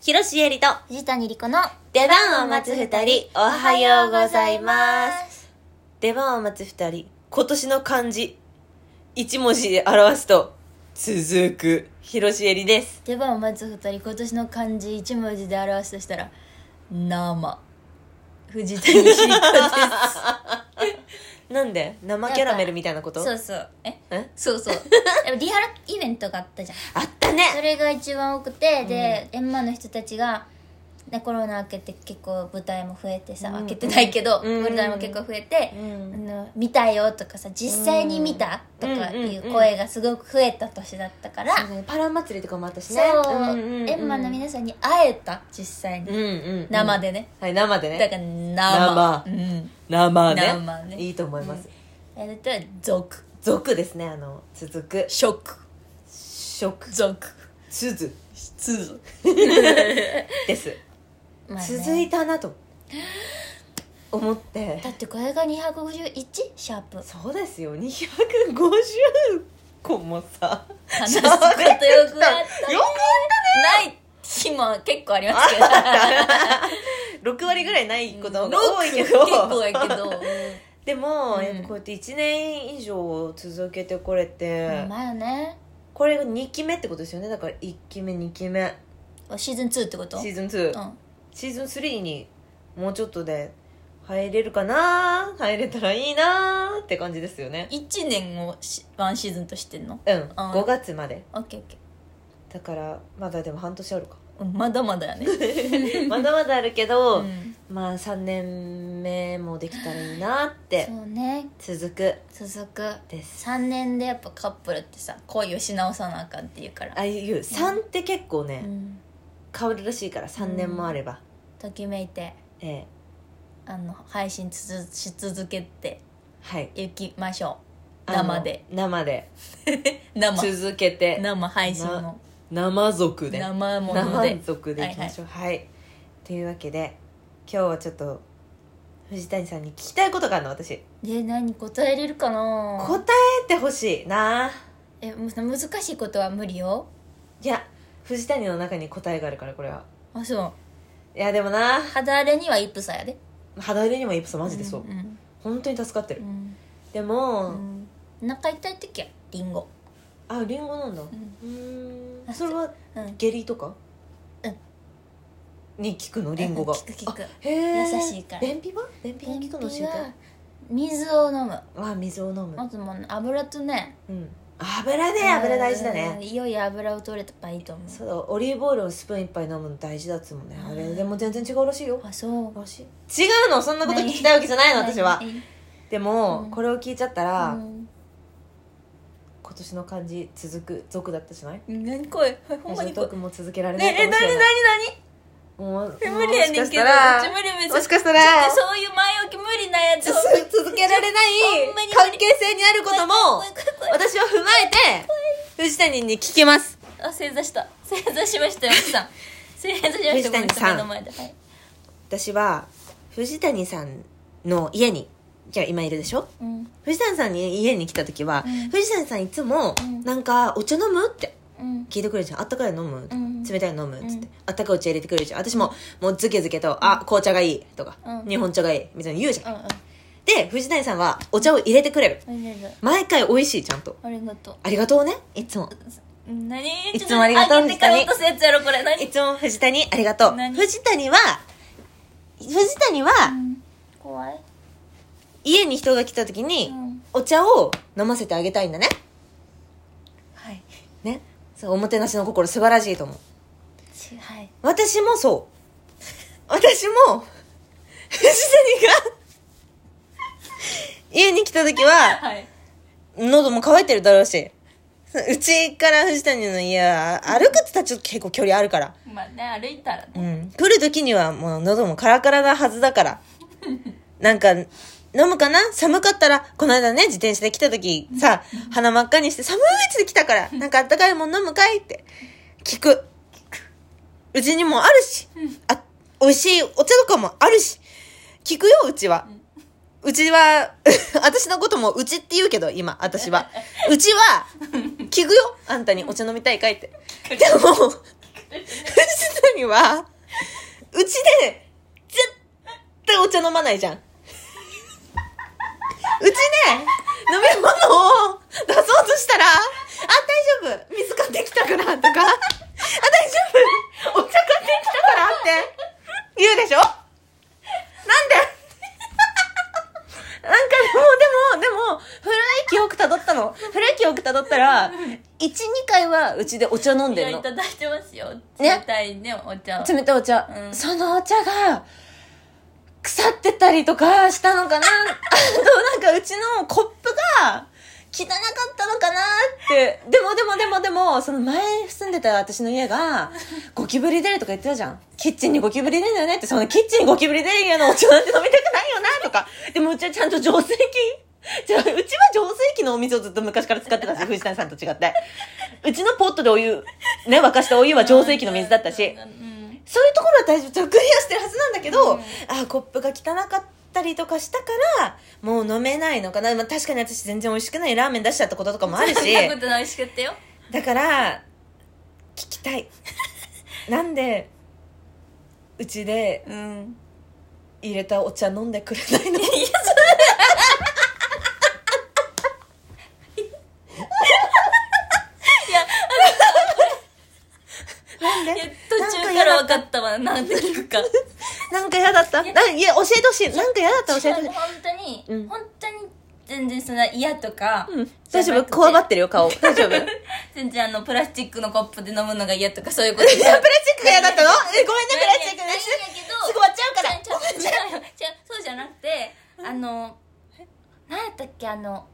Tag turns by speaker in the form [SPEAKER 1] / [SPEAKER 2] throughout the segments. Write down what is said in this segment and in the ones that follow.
[SPEAKER 1] 広ロえりと
[SPEAKER 2] 藤谷莉子の
[SPEAKER 1] 出番を待つ二人、おはようございます。
[SPEAKER 2] す。
[SPEAKER 1] 出番を待つ二人、今年の漢字、一文字で表すと、続く、広ロえりです。
[SPEAKER 2] 出番を待つ二人、今年の漢字一文字で表すとしたら、生。藤谷莉子
[SPEAKER 1] なんで生キャラメルみたいなこ
[SPEAKER 2] で
[SPEAKER 1] と
[SPEAKER 2] す。そうそう。え
[SPEAKER 1] え
[SPEAKER 2] そう そう。でもリハライベントがあったじゃん。
[SPEAKER 1] あったね
[SPEAKER 2] それが一番多くて、で、エンマの人たちが、ね、コロナ明けて結構舞台も増えてさ、
[SPEAKER 1] うん
[SPEAKER 2] 明けてないけど、
[SPEAKER 1] うん
[SPEAKER 2] 舞台も結構増えて、
[SPEAKER 1] うん
[SPEAKER 2] あの見たよとかさ実際に見た、とかっていう声がすごく増えた年だったから、
[SPEAKER 1] そうねパラン祭りとかもあったし
[SPEAKER 2] そ
[SPEAKER 1] ね。
[SPEAKER 2] う、
[SPEAKER 1] んんん
[SPEAKER 2] エンマの皆さんに会えた実際に、
[SPEAKER 1] うんうん。
[SPEAKER 2] 生。でね
[SPEAKER 1] はい、生で
[SPEAKER 2] だ
[SPEAKER 1] ね。
[SPEAKER 2] から生
[SPEAKER 1] 生
[SPEAKER 2] うん
[SPEAKER 1] 生ね。
[SPEAKER 2] 生ね
[SPEAKER 1] いいと思います。
[SPEAKER 2] えだったら続
[SPEAKER 1] 続ですね、あの、続く。
[SPEAKER 2] 食
[SPEAKER 1] 食。
[SPEAKER 2] 続
[SPEAKER 1] 続
[SPEAKER 2] 続、
[SPEAKER 1] です。
[SPEAKER 2] まあね
[SPEAKER 1] 続いたなと思って
[SPEAKER 2] だってこれが 251? シャープ
[SPEAKER 1] そうですよ250個もさ
[SPEAKER 2] 話すことよくあった
[SPEAKER 1] よく
[SPEAKER 2] ない日も結構ありま すけど
[SPEAKER 1] 6割ぐらいないことの方が多い
[SPEAKER 2] 6
[SPEAKER 1] け
[SPEAKER 2] 結
[SPEAKER 1] ど
[SPEAKER 2] 構やけ ど
[SPEAKER 1] でも、
[SPEAKER 2] うん
[SPEAKER 1] やっぱこうやって1年以上続けてこれて、
[SPEAKER 2] まあね
[SPEAKER 1] これが2期目ってことですよねだから1期目2期目
[SPEAKER 2] シーズン2ってこと
[SPEAKER 1] シーズン2、
[SPEAKER 2] うん
[SPEAKER 1] シーズン3にもうちょっとで入れるかな入れたらいいなって感じですよね
[SPEAKER 2] 1年をしワンシーズンとしてんの
[SPEAKER 1] うん、5月まで
[SPEAKER 2] オッケーオッケ
[SPEAKER 1] だからまだでも半年あるか
[SPEAKER 2] ーうんまだまだやね、
[SPEAKER 1] まだまだあるけ
[SPEAKER 2] う
[SPEAKER 1] ど、
[SPEAKER 2] ん、
[SPEAKER 1] まあ3年目もできたらいいなって
[SPEAKER 2] そうね
[SPEAKER 1] 続く
[SPEAKER 2] 続く
[SPEAKER 1] です
[SPEAKER 2] 3年でやっぱカップルってさ恋をし直さなあかんっていうから
[SPEAKER 1] ああいう3って結構ね、
[SPEAKER 2] うん
[SPEAKER 1] 変わるらしいから3年もあれば、
[SPEAKER 2] ときめいて
[SPEAKER 1] ええ
[SPEAKER 2] あの配信つづし続けて
[SPEAKER 1] はい
[SPEAKER 2] いきましょう
[SPEAKER 1] あの
[SPEAKER 2] 生で
[SPEAKER 1] 生で
[SPEAKER 2] 生
[SPEAKER 1] 続けて
[SPEAKER 2] 生配信の
[SPEAKER 1] 生族で
[SPEAKER 2] 生もので
[SPEAKER 1] 生族でいきましょうはい、というわけで今日はちょっと藤谷さんに聞きたいことがあるの私
[SPEAKER 2] で何答えれるか
[SPEAKER 1] 答
[SPEAKER 2] な
[SPEAKER 1] えてほしいな
[SPEAKER 2] えむ難しいことは無理よ
[SPEAKER 1] いや藤谷の中に答えがあるからこれは
[SPEAKER 2] あそう
[SPEAKER 1] いやでもな
[SPEAKER 2] 肌荒れにはイプサやで
[SPEAKER 1] 肌入れにもイプソマジでそう、
[SPEAKER 2] ん
[SPEAKER 1] 本当に助かってる、
[SPEAKER 2] うん
[SPEAKER 1] で
[SPEAKER 2] う
[SPEAKER 1] も、
[SPEAKER 2] んお腹痛い時はリンゴ
[SPEAKER 1] あリンゴなんだう
[SPEAKER 2] うん
[SPEAKER 1] ーん
[SPEAKER 2] あ
[SPEAKER 1] それは
[SPEAKER 2] うん
[SPEAKER 1] 下痢とか
[SPEAKER 2] うん
[SPEAKER 1] に効くのリンゴが
[SPEAKER 2] 聞く聞く
[SPEAKER 1] あへえ
[SPEAKER 2] 優しいから
[SPEAKER 1] 便秘は便秘に
[SPEAKER 2] 便
[SPEAKER 1] 効くの知
[SPEAKER 2] 秘
[SPEAKER 1] りた
[SPEAKER 2] はい水を飲む
[SPEAKER 1] あ水を飲む、
[SPEAKER 2] まずもう油とね
[SPEAKER 1] うん油ね油大事だ
[SPEAKER 2] う
[SPEAKER 1] ね
[SPEAKER 2] んいよいよ油を取れたらいいと思う
[SPEAKER 1] そうオリーブオイルをスプーン一杯飲むの大事だっつもんね
[SPEAKER 2] うん
[SPEAKER 1] あれでも全然違うらしいよ
[SPEAKER 2] あそう
[SPEAKER 1] らしい違うのそんなこと聞きたいわけじゃないの私はでも、
[SPEAKER 2] うん
[SPEAKER 1] これを聞いちゃった
[SPEAKER 2] あ
[SPEAKER 1] ら、今年の漢字続く続だったじゃない
[SPEAKER 2] 何これほんま
[SPEAKER 1] ラジ
[SPEAKER 2] に
[SPEAKER 1] オ
[SPEAKER 2] こ
[SPEAKER 1] トー
[SPEAKER 2] れ
[SPEAKER 1] クも続けられない
[SPEAKER 2] ね
[SPEAKER 1] か
[SPEAKER 2] え
[SPEAKER 1] も
[SPEAKER 2] 何
[SPEAKER 1] しれない
[SPEAKER 2] 何何
[SPEAKER 1] もう
[SPEAKER 2] え
[SPEAKER 1] も
[SPEAKER 2] 無
[SPEAKER 1] う
[SPEAKER 2] 理や
[SPEAKER 1] もし
[SPEAKER 2] ね
[SPEAKER 1] か
[SPEAKER 2] ん
[SPEAKER 1] し
[SPEAKER 2] けど
[SPEAKER 1] た
[SPEAKER 2] う
[SPEAKER 1] ら
[SPEAKER 2] ち無理無理
[SPEAKER 1] もしかした
[SPEAKER 2] ち
[SPEAKER 1] ら
[SPEAKER 2] ょっとそういう前置き無理なやつ
[SPEAKER 1] つづ続けられない
[SPEAKER 2] ほんまに無
[SPEAKER 1] 関
[SPEAKER 2] 理
[SPEAKER 1] 係性にあることも私は踏まえて藤谷に聞きます
[SPEAKER 2] あ正座した正座しましたよ奥さん 正座しましたごめん
[SPEAKER 1] 藤谷さん
[SPEAKER 2] 目の前ではい
[SPEAKER 1] 私は藤谷さんの家にじゃあ今いるでしょ
[SPEAKER 2] うん
[SPEAKER 1] 藤谷さんに家に来た時は、
[SPEAKER 2] うん
[SPEAKER 1] 藤谷さんいつも
[SPEAKER 2] う
[SPEAKER 1] 「
[SPEAKER 2] ん
[SPEAKER 1] なんかお茶飲む?」って
[SPEAKER 2] うん
[SPEAKER 1] 聞いてくれるじゃん「あったかいの飲む?」
[SPEAKER 2] うん
[SPEAKER 1] 冷たいの飲む?」っつって、
[SPEAKER 2] うん
[SPEAKER 1] あったかいお茶入れてくれるじゃん私ももうズケズケと「あ紅茶がいい」とか、
[SPEAKER 2] うん
[SPEAKER 1] 日本茶がいい」みたいなの言うじゃん、
[SPEAKER 2] うん
[SPEAKER 1] で藤谷さんはお茶を入れてくれる
[SPEAKER 2] うんありがとう
[SPEAKER 1] 毎回美味しいちゃんと
[SPEAKER 2] ありがとう
[SPEAKER 1] ありがとうねいつも
[SPEAKER 2] うん何
[SPEAKER 1] いつもありがとう
[SPEAKER 2] ちょっ上げてから落とすやつやろこれ何
[SPEAKER 1] いつも藤谷ありがとう
[SPEAKER 2] 何
[SPEAKER 1] 藤谷は藤谷は
[SPEAKER 2] うん怖い
[SPEAKER 1] 家に人が来た時に、
[SPEAKER 2] うん
[SPEAKER 1] お茶を飲ませてあげたいんだね
[SPEAKER 2] はい
[SPEAKER 1] ねそうおもてなしの心素晴らしいと思う
[SPEAKER 2] ちはい
[SPEAKER 1] 私もそう私も藤谷が家に来た時は
[SPEAKER 2] はい
[SPEAKER 1] 喉も渇いてるだろうしうちから藤谷の家は歩くって言ったらちょっと結構距離あるから
[SPEAKER 2] まあね歩いたらね
[SPEAKER 1] うん、来る時にはもう喉もカラカラなはずだからなんか飲むかな寒かったらこの間ね自転車で来た時さ鼻真っ赤にして寒いって来たからなんかあったかいもん飲むかいって聞くうちにもあるしあ美味しいお茶とかもあるし聞くようちはうちは 私のこともうちって言うけど今私はうちは聞くよあんたにお茶飲みたいかいってでも藤谷には、うちで、絶対お茶飲まないじゃん。うちで、飲み物を出そうとしたら、あ、大丈夫水買ってきたからとか、あ、大丈夫お茶買ってきたからって、言うでしょなんでなんかでも、でも、でも、古い記憶たどったの。古い記憶たどったら、1、2回はうちでお茶飲んでん
[SPEAKER 2] い
[SPEAKER 1] の
[SPEAKER 2] た。だいてますよ
[SPEAKER 1] ね
[SPEAKER 2] 冷たいねお茶を
[SPEAKER 1] 冷たいお茶、
[SPEAKER 2] うん
[SPEAKER 1] そのお茶が腐ってたりとかしたのかな あとなんかうちのコップが汚かったのかなってでもでもでもでもその前住んでた私の家が ゴキブリ出るとか言ってたじゃんキッチンにゴキブリ出るんだよねってそのキッチンにゴキブリ出る家のお茶なんて飲みたくないよなとかでもうちはちゃんと浄水器じゃあうちは浄水器のお水をずっと昔から使ってたし藤谷さんと違ってうちのポットでお湯ね沸かしたお湯は浄水器の水だったし
[SPEAKER 2] うん
[SPEAKER 1] そういうところは大丈夫ちょっとクリアしてるはずなんだけど、
[SPEAKER 2] うん
[SPEAKER 1] あコップが汚かったりとかしたからもう飲めないのかな、まあ、確かに私全然美味しくないラーメン出しちゃったこととかもあるし
[SPEAKER 2] そんなことない美味しくってよ
[SPEAKER 1] だから聞きたい なんでうちで
[SPEAKER 2] うん
[SPEAKER 1] 入れたお茶飲んでくれないの
[SPEAKER 2] いや
[SPEAKER 1] なんで
[SPEAKER 2] いや途中から分かったわなんて聞くか
[SPEAKER 1] なんか嫌だったないや教えてほしいなんか嫌だったら教えて
[SPEAKER 2] いや
[SPEAKER 1] ほしい
[SPEAKER 2] 本当
[SPEAKER 1] う
[SPEAKER 2] に、
[SPEAKER 1] ん
[SPEAKER 2] 本当に全然そんな嫌とか、
[SPEAKER 1] うん大丈夫こわばってるよ 顔大丈夫プラ
[SPEAKER 2] 全然あのプラスチックのコップで飲むのが嫌とかそういうことじゃ
[SPEAKER 1] スチックが嫌だったのえごめんねプラスチックのやつすぐ終わっちゃうから
[SPEAKER 2] ちょちょちょ違うそうじゃなくてあの何やったっけあの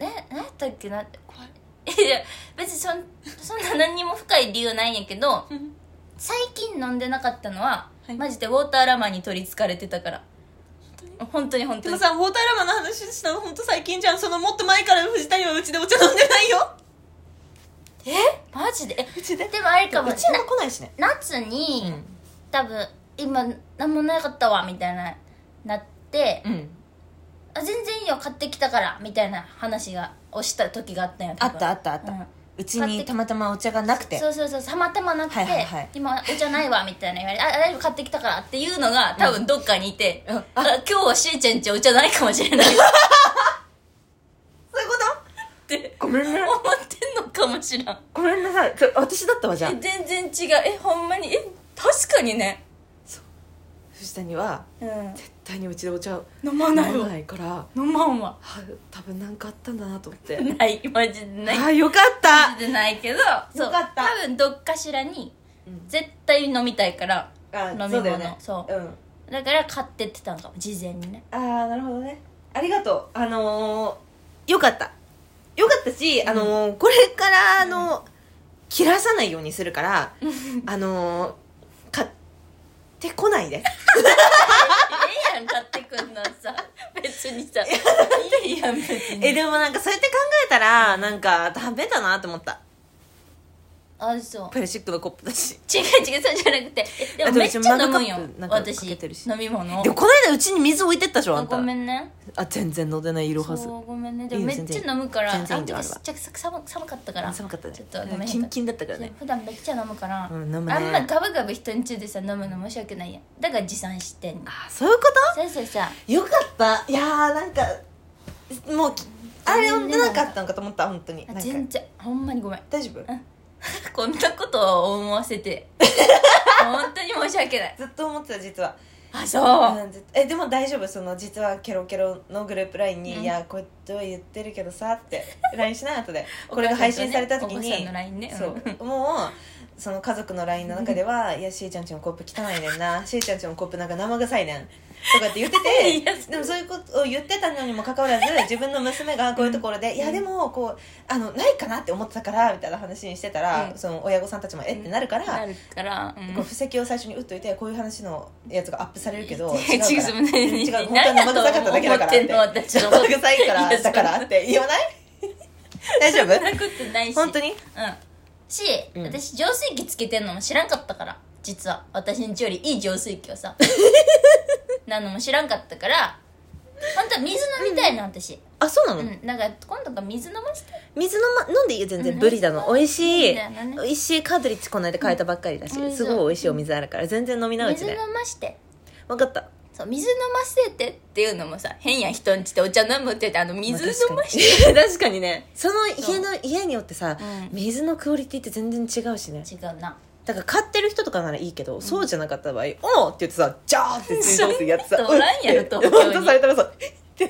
[SPEAKER 2] ね何やったっけな怖いいや別にそんそんな何にも深い理由ないんやけど最近飲んでなかったのは、
[SPEAKER 1] はい
[SPEAKER 2] マジでウォーターラマンに取りつかれてたから本当に本当
[SPEAKER 1] で
[SPEAKER 2] に
[SPEAKER 1] もさ、ウォーターラマンの話したのほんと最近じゃん。そのもっと前から藤谷はうちでお茶飲んでないよ。
[SPEAKER 2] えマジでえ
[SPEAKER 1] うちで。う
[SPEAKER 2] でもあれ
[SPEAKER 1] ち
[SPEAKER 2] かも
[SPEAKER 1] も
[SPEAKER 2] な
[SPEAKER 1] 来ないしね。
[SPEAKER 2] 夏に、
[SPEAKER 1] うん。
[SPEAKER 2] 多分今何もなかったわみたいななって、
[SPEAKER 1] うん。
[SPEAKER 2] あ全然いいよ買ってきたからみたいな話がをした時があったんや
[SPEAKER 1] あ
[SPEAKER 2] 多分
[SPEAKER 1] ったあったあった。
[SPEAKER 2] う
[SPEAKER 1] うんちにたまたまお茶がなくて。
[SPEAKER 2] そうそうそうたまたまなくて、
[SPEAKER 1] はいはいはい
[SPEAKER 2] 今お茶ないわみたいな言われてあ大丈夫買ってきたからっていうのが多分どっかにいて、
[SPEAKER 1] うん
[SPEAKER 2] あ今日はしーちゃんちお茶ないかもしれないっ
[SPEAKER 1] そういうこ
[SPEAKER 2] て
[SPEAKER 1] とごめんね
[SPEAKER 2] 思ってんのかもしらん
[SPEAKER 1] ごめんなさい。それ私だったわ、じゃあ
[SPEAKER 2] え。全然違うえほんまにえ確かにね、
[SPEAKER 1] 藤谷は、
[SPEAKER 2] うん、
[SPEAKER 1] 絶対にうちでお茶を
[SPEAKER 2] 飲ま
[SPEAKER 1] 飲
[SPEAKER 2] ない
[SPEAKER 1] ま
[SPEAKER 2] わ
[SPEAKER 1] ないから、は
[SPEAKER 2] 飲まんわ
[SPEAKER 1] 多分なんかあったんだなと思って。
[SPEAKER 2] ないマジでない
[SPEAKER 1] あー、よかった。
[SPEAKER 2] じゃないけどそう
[SPEAKER 1] よかった
[SPEAKER 2] 多分どっかしらに
[SPEAKER 1] うん
[SPEAKER 2] 絶対飲みたいから
[SPEAKER 1] あ
[SPEAKER 2] 飲み物
[SPEAKER 1] そうだよね。
[SPEAKER 2] そう
[SPEAKER 1] うん。
[SPEAKER 2] だから買ってってたんかも事前にね
[SPEAKER 1] ああなるほどねありがとうあのー、よかったよかったし、あのー、これからあの切らさないようにするからあのー、買ってこないで
[SPEAKER 2] ええやん買ってくんのさ別にさいいやん別に
[SPEAKER 1] えでもなんかそうやって考えたらなんかダメだなと思った
[SPEAKER 2] あそう
[SPEAKER 1] プラスチックのコップだし
[SPEAKER 2] 違う違うそうじゃなくてえで
[SPEAKER 1] あ
[SPEAKER 2] も
[SPEAKER 1] でも
[SPEAKER 2] めっちゃ飲むん
[SPEAKER 1] うち
[SPEAKER 2] よ
[SPEAKER 1] マグカップなんかか
[SPEAKER 2] 私
[SPEAKER 1] けてるし
[SPEAKER 2] 飲み物
[SPEAKER 1] でもこの間うちに水置いてったでしょあ
[SPEAKER 2] あ
[SPEAKER 1] んた
[SPEAKER 2] ごめんね
[SPEAKER 1] あ全然飲んでないいろはず
[SPEAKER 2] そうごめんねで
[SPEAKER 1] い
[SPEAKER 2] も
[SPEAKER 1] いよ
[SPEAKER 2] めっちゃ飲むからあ
[SPEAKER 1] 全
[SPEAKER 2] の
[SPEAKER 1] 然いいんだ
[SPEAKER 2] 時
[SPEAKER 1] よあれは
[SPEAKER 2] ちっちゃく寒寒かったから
[SPEAKER 1] 寒かったね
[SPEAKER 2] ちょっとごめん
[SPEAKER 1] キンキンだったからね
[SPEAKER 2] 普段めっちゃ飲むから、
[SPEAKER 1] うん飲むね
[SPEAKER 2] あんまガブガブ人んちでさ飲むの申し訳ないやんだから持参してんの
[SPEAKER 1] あそういうこ
[SPEAKER 2] 先生さ
[SPEAKER 1] とよかったいやーなんかもうきあれ飲んでなかったのかと思った本当になんか
[SPEAKER 2] 全然ほんまにごめん
[SPEAKER 1] 大丈夫
[SPEAKER 2] こんなことを思わせ て本当に申し訳ない
[SPEAKER 1] ずっと思ってた実は、
[SPEAKER 2] あそう、
[SPEAKER 1] うんずっとえでも大丈夫その実はケロケロのグループ LINE に「
[SPEAKER 2] うん
[SPEAKER 1] いやこうやっては言ってるけどさ」って LINE しない後でこれが配信された時
[SPEAKER 2] お母
[SPEAKER 1] に
[SPEAKER 2] さんの LINE ね
[SPEAKER 1] そうもうその家族の LINE の中で は「いやしーちゃんちのコップ汚いねんなしーちゃんちのコップなんか生臭いねん」とかって言って
[SPEAKER 2] いや
[SPEAKER 1] てでもそういうことを言ってたのにもかかわ らず自分の娘がこういうところで「いやでもこうあのないかなって思ってたから」みたいな話にしてたら、
[SPEAKER 2] うん
[SPEAKER 1] その親御さんたちも「えっ?」てなるから、
[SPEAKER 2] なるから、うん
[SPEAKER 1] こう布石を最初に打っといてこういう話のやつがアップされるけど
[SPEAKER 2] いや
[SPEAKER 1] 違うから
[SPEAKER 2] 違うね
[SPEAKER 1] 違う本当は
[SPEAKER 2] 何や
[SPEAKER 1] 生臭かっただけだから
[SPEAKER 2] 思ってんの
[SPEAKER 1] って
[SPEAKER 2] 私の
[SPEAKER 1] 生臭いから
[SPEAKER 2] いやそんな
[SPEAKER 1] だからって言わない 大丈
[SPEAKER 2] そんな
[SPEAKER 1] 夫
[SPEAKER 2] ことないし
[SPEAKER 1] 本当に
[SPEAKER 2] うんし、
[SPEAKER 1] うん
[SPEAKER 2] 私浄水器つけてんのも知らんかったから実は私んちよりいい浄水器 をさなのも知らんかったから本当は水飲みたいの私、
[SPEAKER 1] あそうな
[SPEAKER 2] う
[SPEAKER 1] の、
[SPEAKER 2] んなんか今度が水飲ませて
[SPEAKER 1] 水飲,、ま、飲んでいいよ全
[SPEAKER 2] う
[SPEAKER 1] 然
[SPEAKER 2] ん
[SPEAKER 1] ブリだの美味しい、
[SPEAKER 2] ブリだのね
[SPEAKER 1] 美味しいカートリッジこの間変えたばっかりだし、
[SPEAKER 2] うん
[SPEAKER 1] すごい美味しいお水あるから全然飲みなうち
[SPEAKER 2] 水飲
[SPEAKER 1] で
[SPEAKER 2] まして
[SPEAKER 1] 分かった
[SPEAKER 2] そう水飲ませてっていうのもさ変やん人んちでお茶飲むって言ってあの水飲まして
[SPEAKER 1] て 確かにね その家の家によってさ、
[SPEAKER 2] うん
[SPEAKER 1] 水のクオリティって全然違うしね
[SPEAKER 2] 違うな
[SPEAKER 1] だから買ってる人とかならいいけど、そうじゃなかった場合「おう!」って言ってさ「ジャー!」って水道水やってさ
[SPEAKER 2] そんな人おらんやろ
[SPEAKER 1] うって
[SPEAKER 2] 東京に
[SPEAKER 1] 本当されたらさ「って っ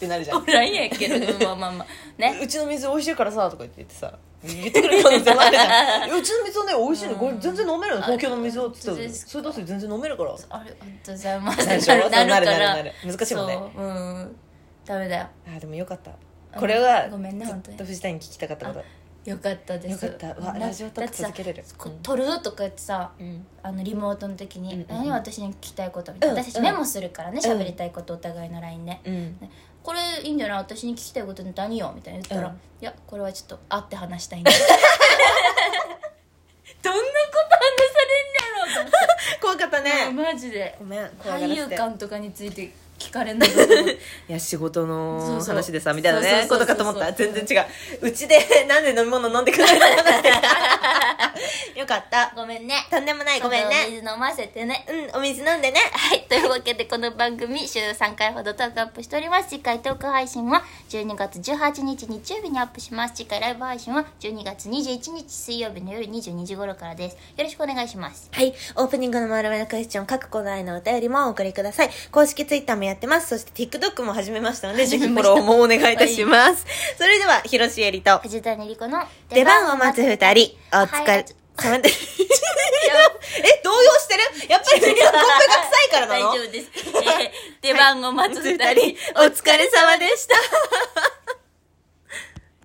[SPEAKER 1] てなるじゃん
[SPEAKER 2] おらんやけどまあまあまあね
[SPEAKER 1] うちの水美味しいからさとか言って言ってさ言ってくる可能性もあるじ ゃんいやうちの水はね美味しいのこれ全然飲めるの東京の水をって言ってた
[SPEAKER 2] あ
[SPEAKER 1] のそれだって全然飲めるから
[SPEAKER 2] あれありがとうございます
[SPEAKER 1] なるでしょ
[SPEAKER 2] なるなる
[SPEAKER 1] な
[SPEAKER 2] か
[SPEAKER 1] る
[SPEAKER 2] ら
[SPEAKER 1] なる難しいもんね
[SPEAKER 2] そううんダメだよ
[SPEAKER 1] あーでもよかったこれは
[SPEAKER 2] ごめんね
[SPEAKER 1] ずっ
[SPEAKER 2] 本当に
[SPEAKER 1] と藤谷に聞きたかったこと
[SPEAKER 2] よかったです
[SPEAKER 1] よかったわ
[SPEAKER 2] な
[SPEAKER 1] ラジオトーク
[SPEAKER 2] だってさ
[SPEAKER 1] 続けれる
[SPEAKER 2] こ
[SPEAKER 1] うん
[SPEAKER 2] 撮るぞとかってさ
[SPEAKER 1] うん
[SPEAKER 2] あのリモートの時に、
[SPEAKER 1] うんうんうん
[SPEAKER 2] 何私に聞きたいことみたいな、
[SPEAKER 1] うん
[SPEAKER 2] 私たちメモするからね
[SPEAKER 1] うん
[SPEAKER 2] 喋、りたいことお互いの LINE で、
[SPEAKER 1] うん
[SPEAKER 2] これいいんじゃない私に聞きたいこと何よみたいな言ったら、
[SPEAKER 1] うん
[SPEAKER 2] いやこれはちょっと会って話したいん だどんなこと話されんやろうと思って
[SPEAKER 1] 怖かったね
[SPEAKER 2] マジで
[SPEAKER 1] ごめん怖がら
[SPEAKER 2] 俳
[SPEAKER 1] せ
[SPEAKER 2] 優
[SPEAKER 1] て
[SPEAKER 2] 感とかについて聞かれんだと思って
[SPEAKER 1] いや仕事
[SPEAKER 2] そう
[SPEAKER 1] の
[SPEAKER 2] そう
[SPEAKER 1] 話でさみたいな
[SPEAKER 2] そう
[SPEAKER 1] ね
[SPEAKER 2] そう
[SPEAKER 1] こ
[SPEAKER 2] そうそう
[SPEAKER 1] とかと思ったら全然違ううちでなんで飲み物飲んでくれたのかって よかった
[SPEAKER 2] ごめんね
[SPEAKER 1] とんでもないごめん
[SPEAKER 2] ちょっと
[SPEAKER 1] ね
[SPEAKER 2] お水飲ませてね
[SPEAKER 1] うんお水飲んでね
[SPEAKER 2] はい、というわけでこの番組週3回ほどトークアップしております次回トーク配信は12月18日日曜日にアップします次回ライブ配信は12月21日水曜日の夜22時頃からですよろしくお願いします
[SPEAKER 1] はい。オープニングの丸々クエスチョン、各コーナーへのお便りもお送りください。公式ツイッターもやってます。そして TikTok も始めましたので、ぜひフォローもお願いいたします。それでは、広瀬えりと、
[SPEAKER 2] 藤谷莉子の
[SPEAKER 1] 出番を待つ二人、お疲
[SPEAKER 2] は
[SPEAKER 1] れ
[SPEAKER 2] い
[SPEAKER 1] 様で、え、動揺してるやっぱり、コップが臭いからなの
[SPEAKER 2] 大丈夫です、えー出番を待つ二人、
[SPEAKER 1] お疲れ様でした。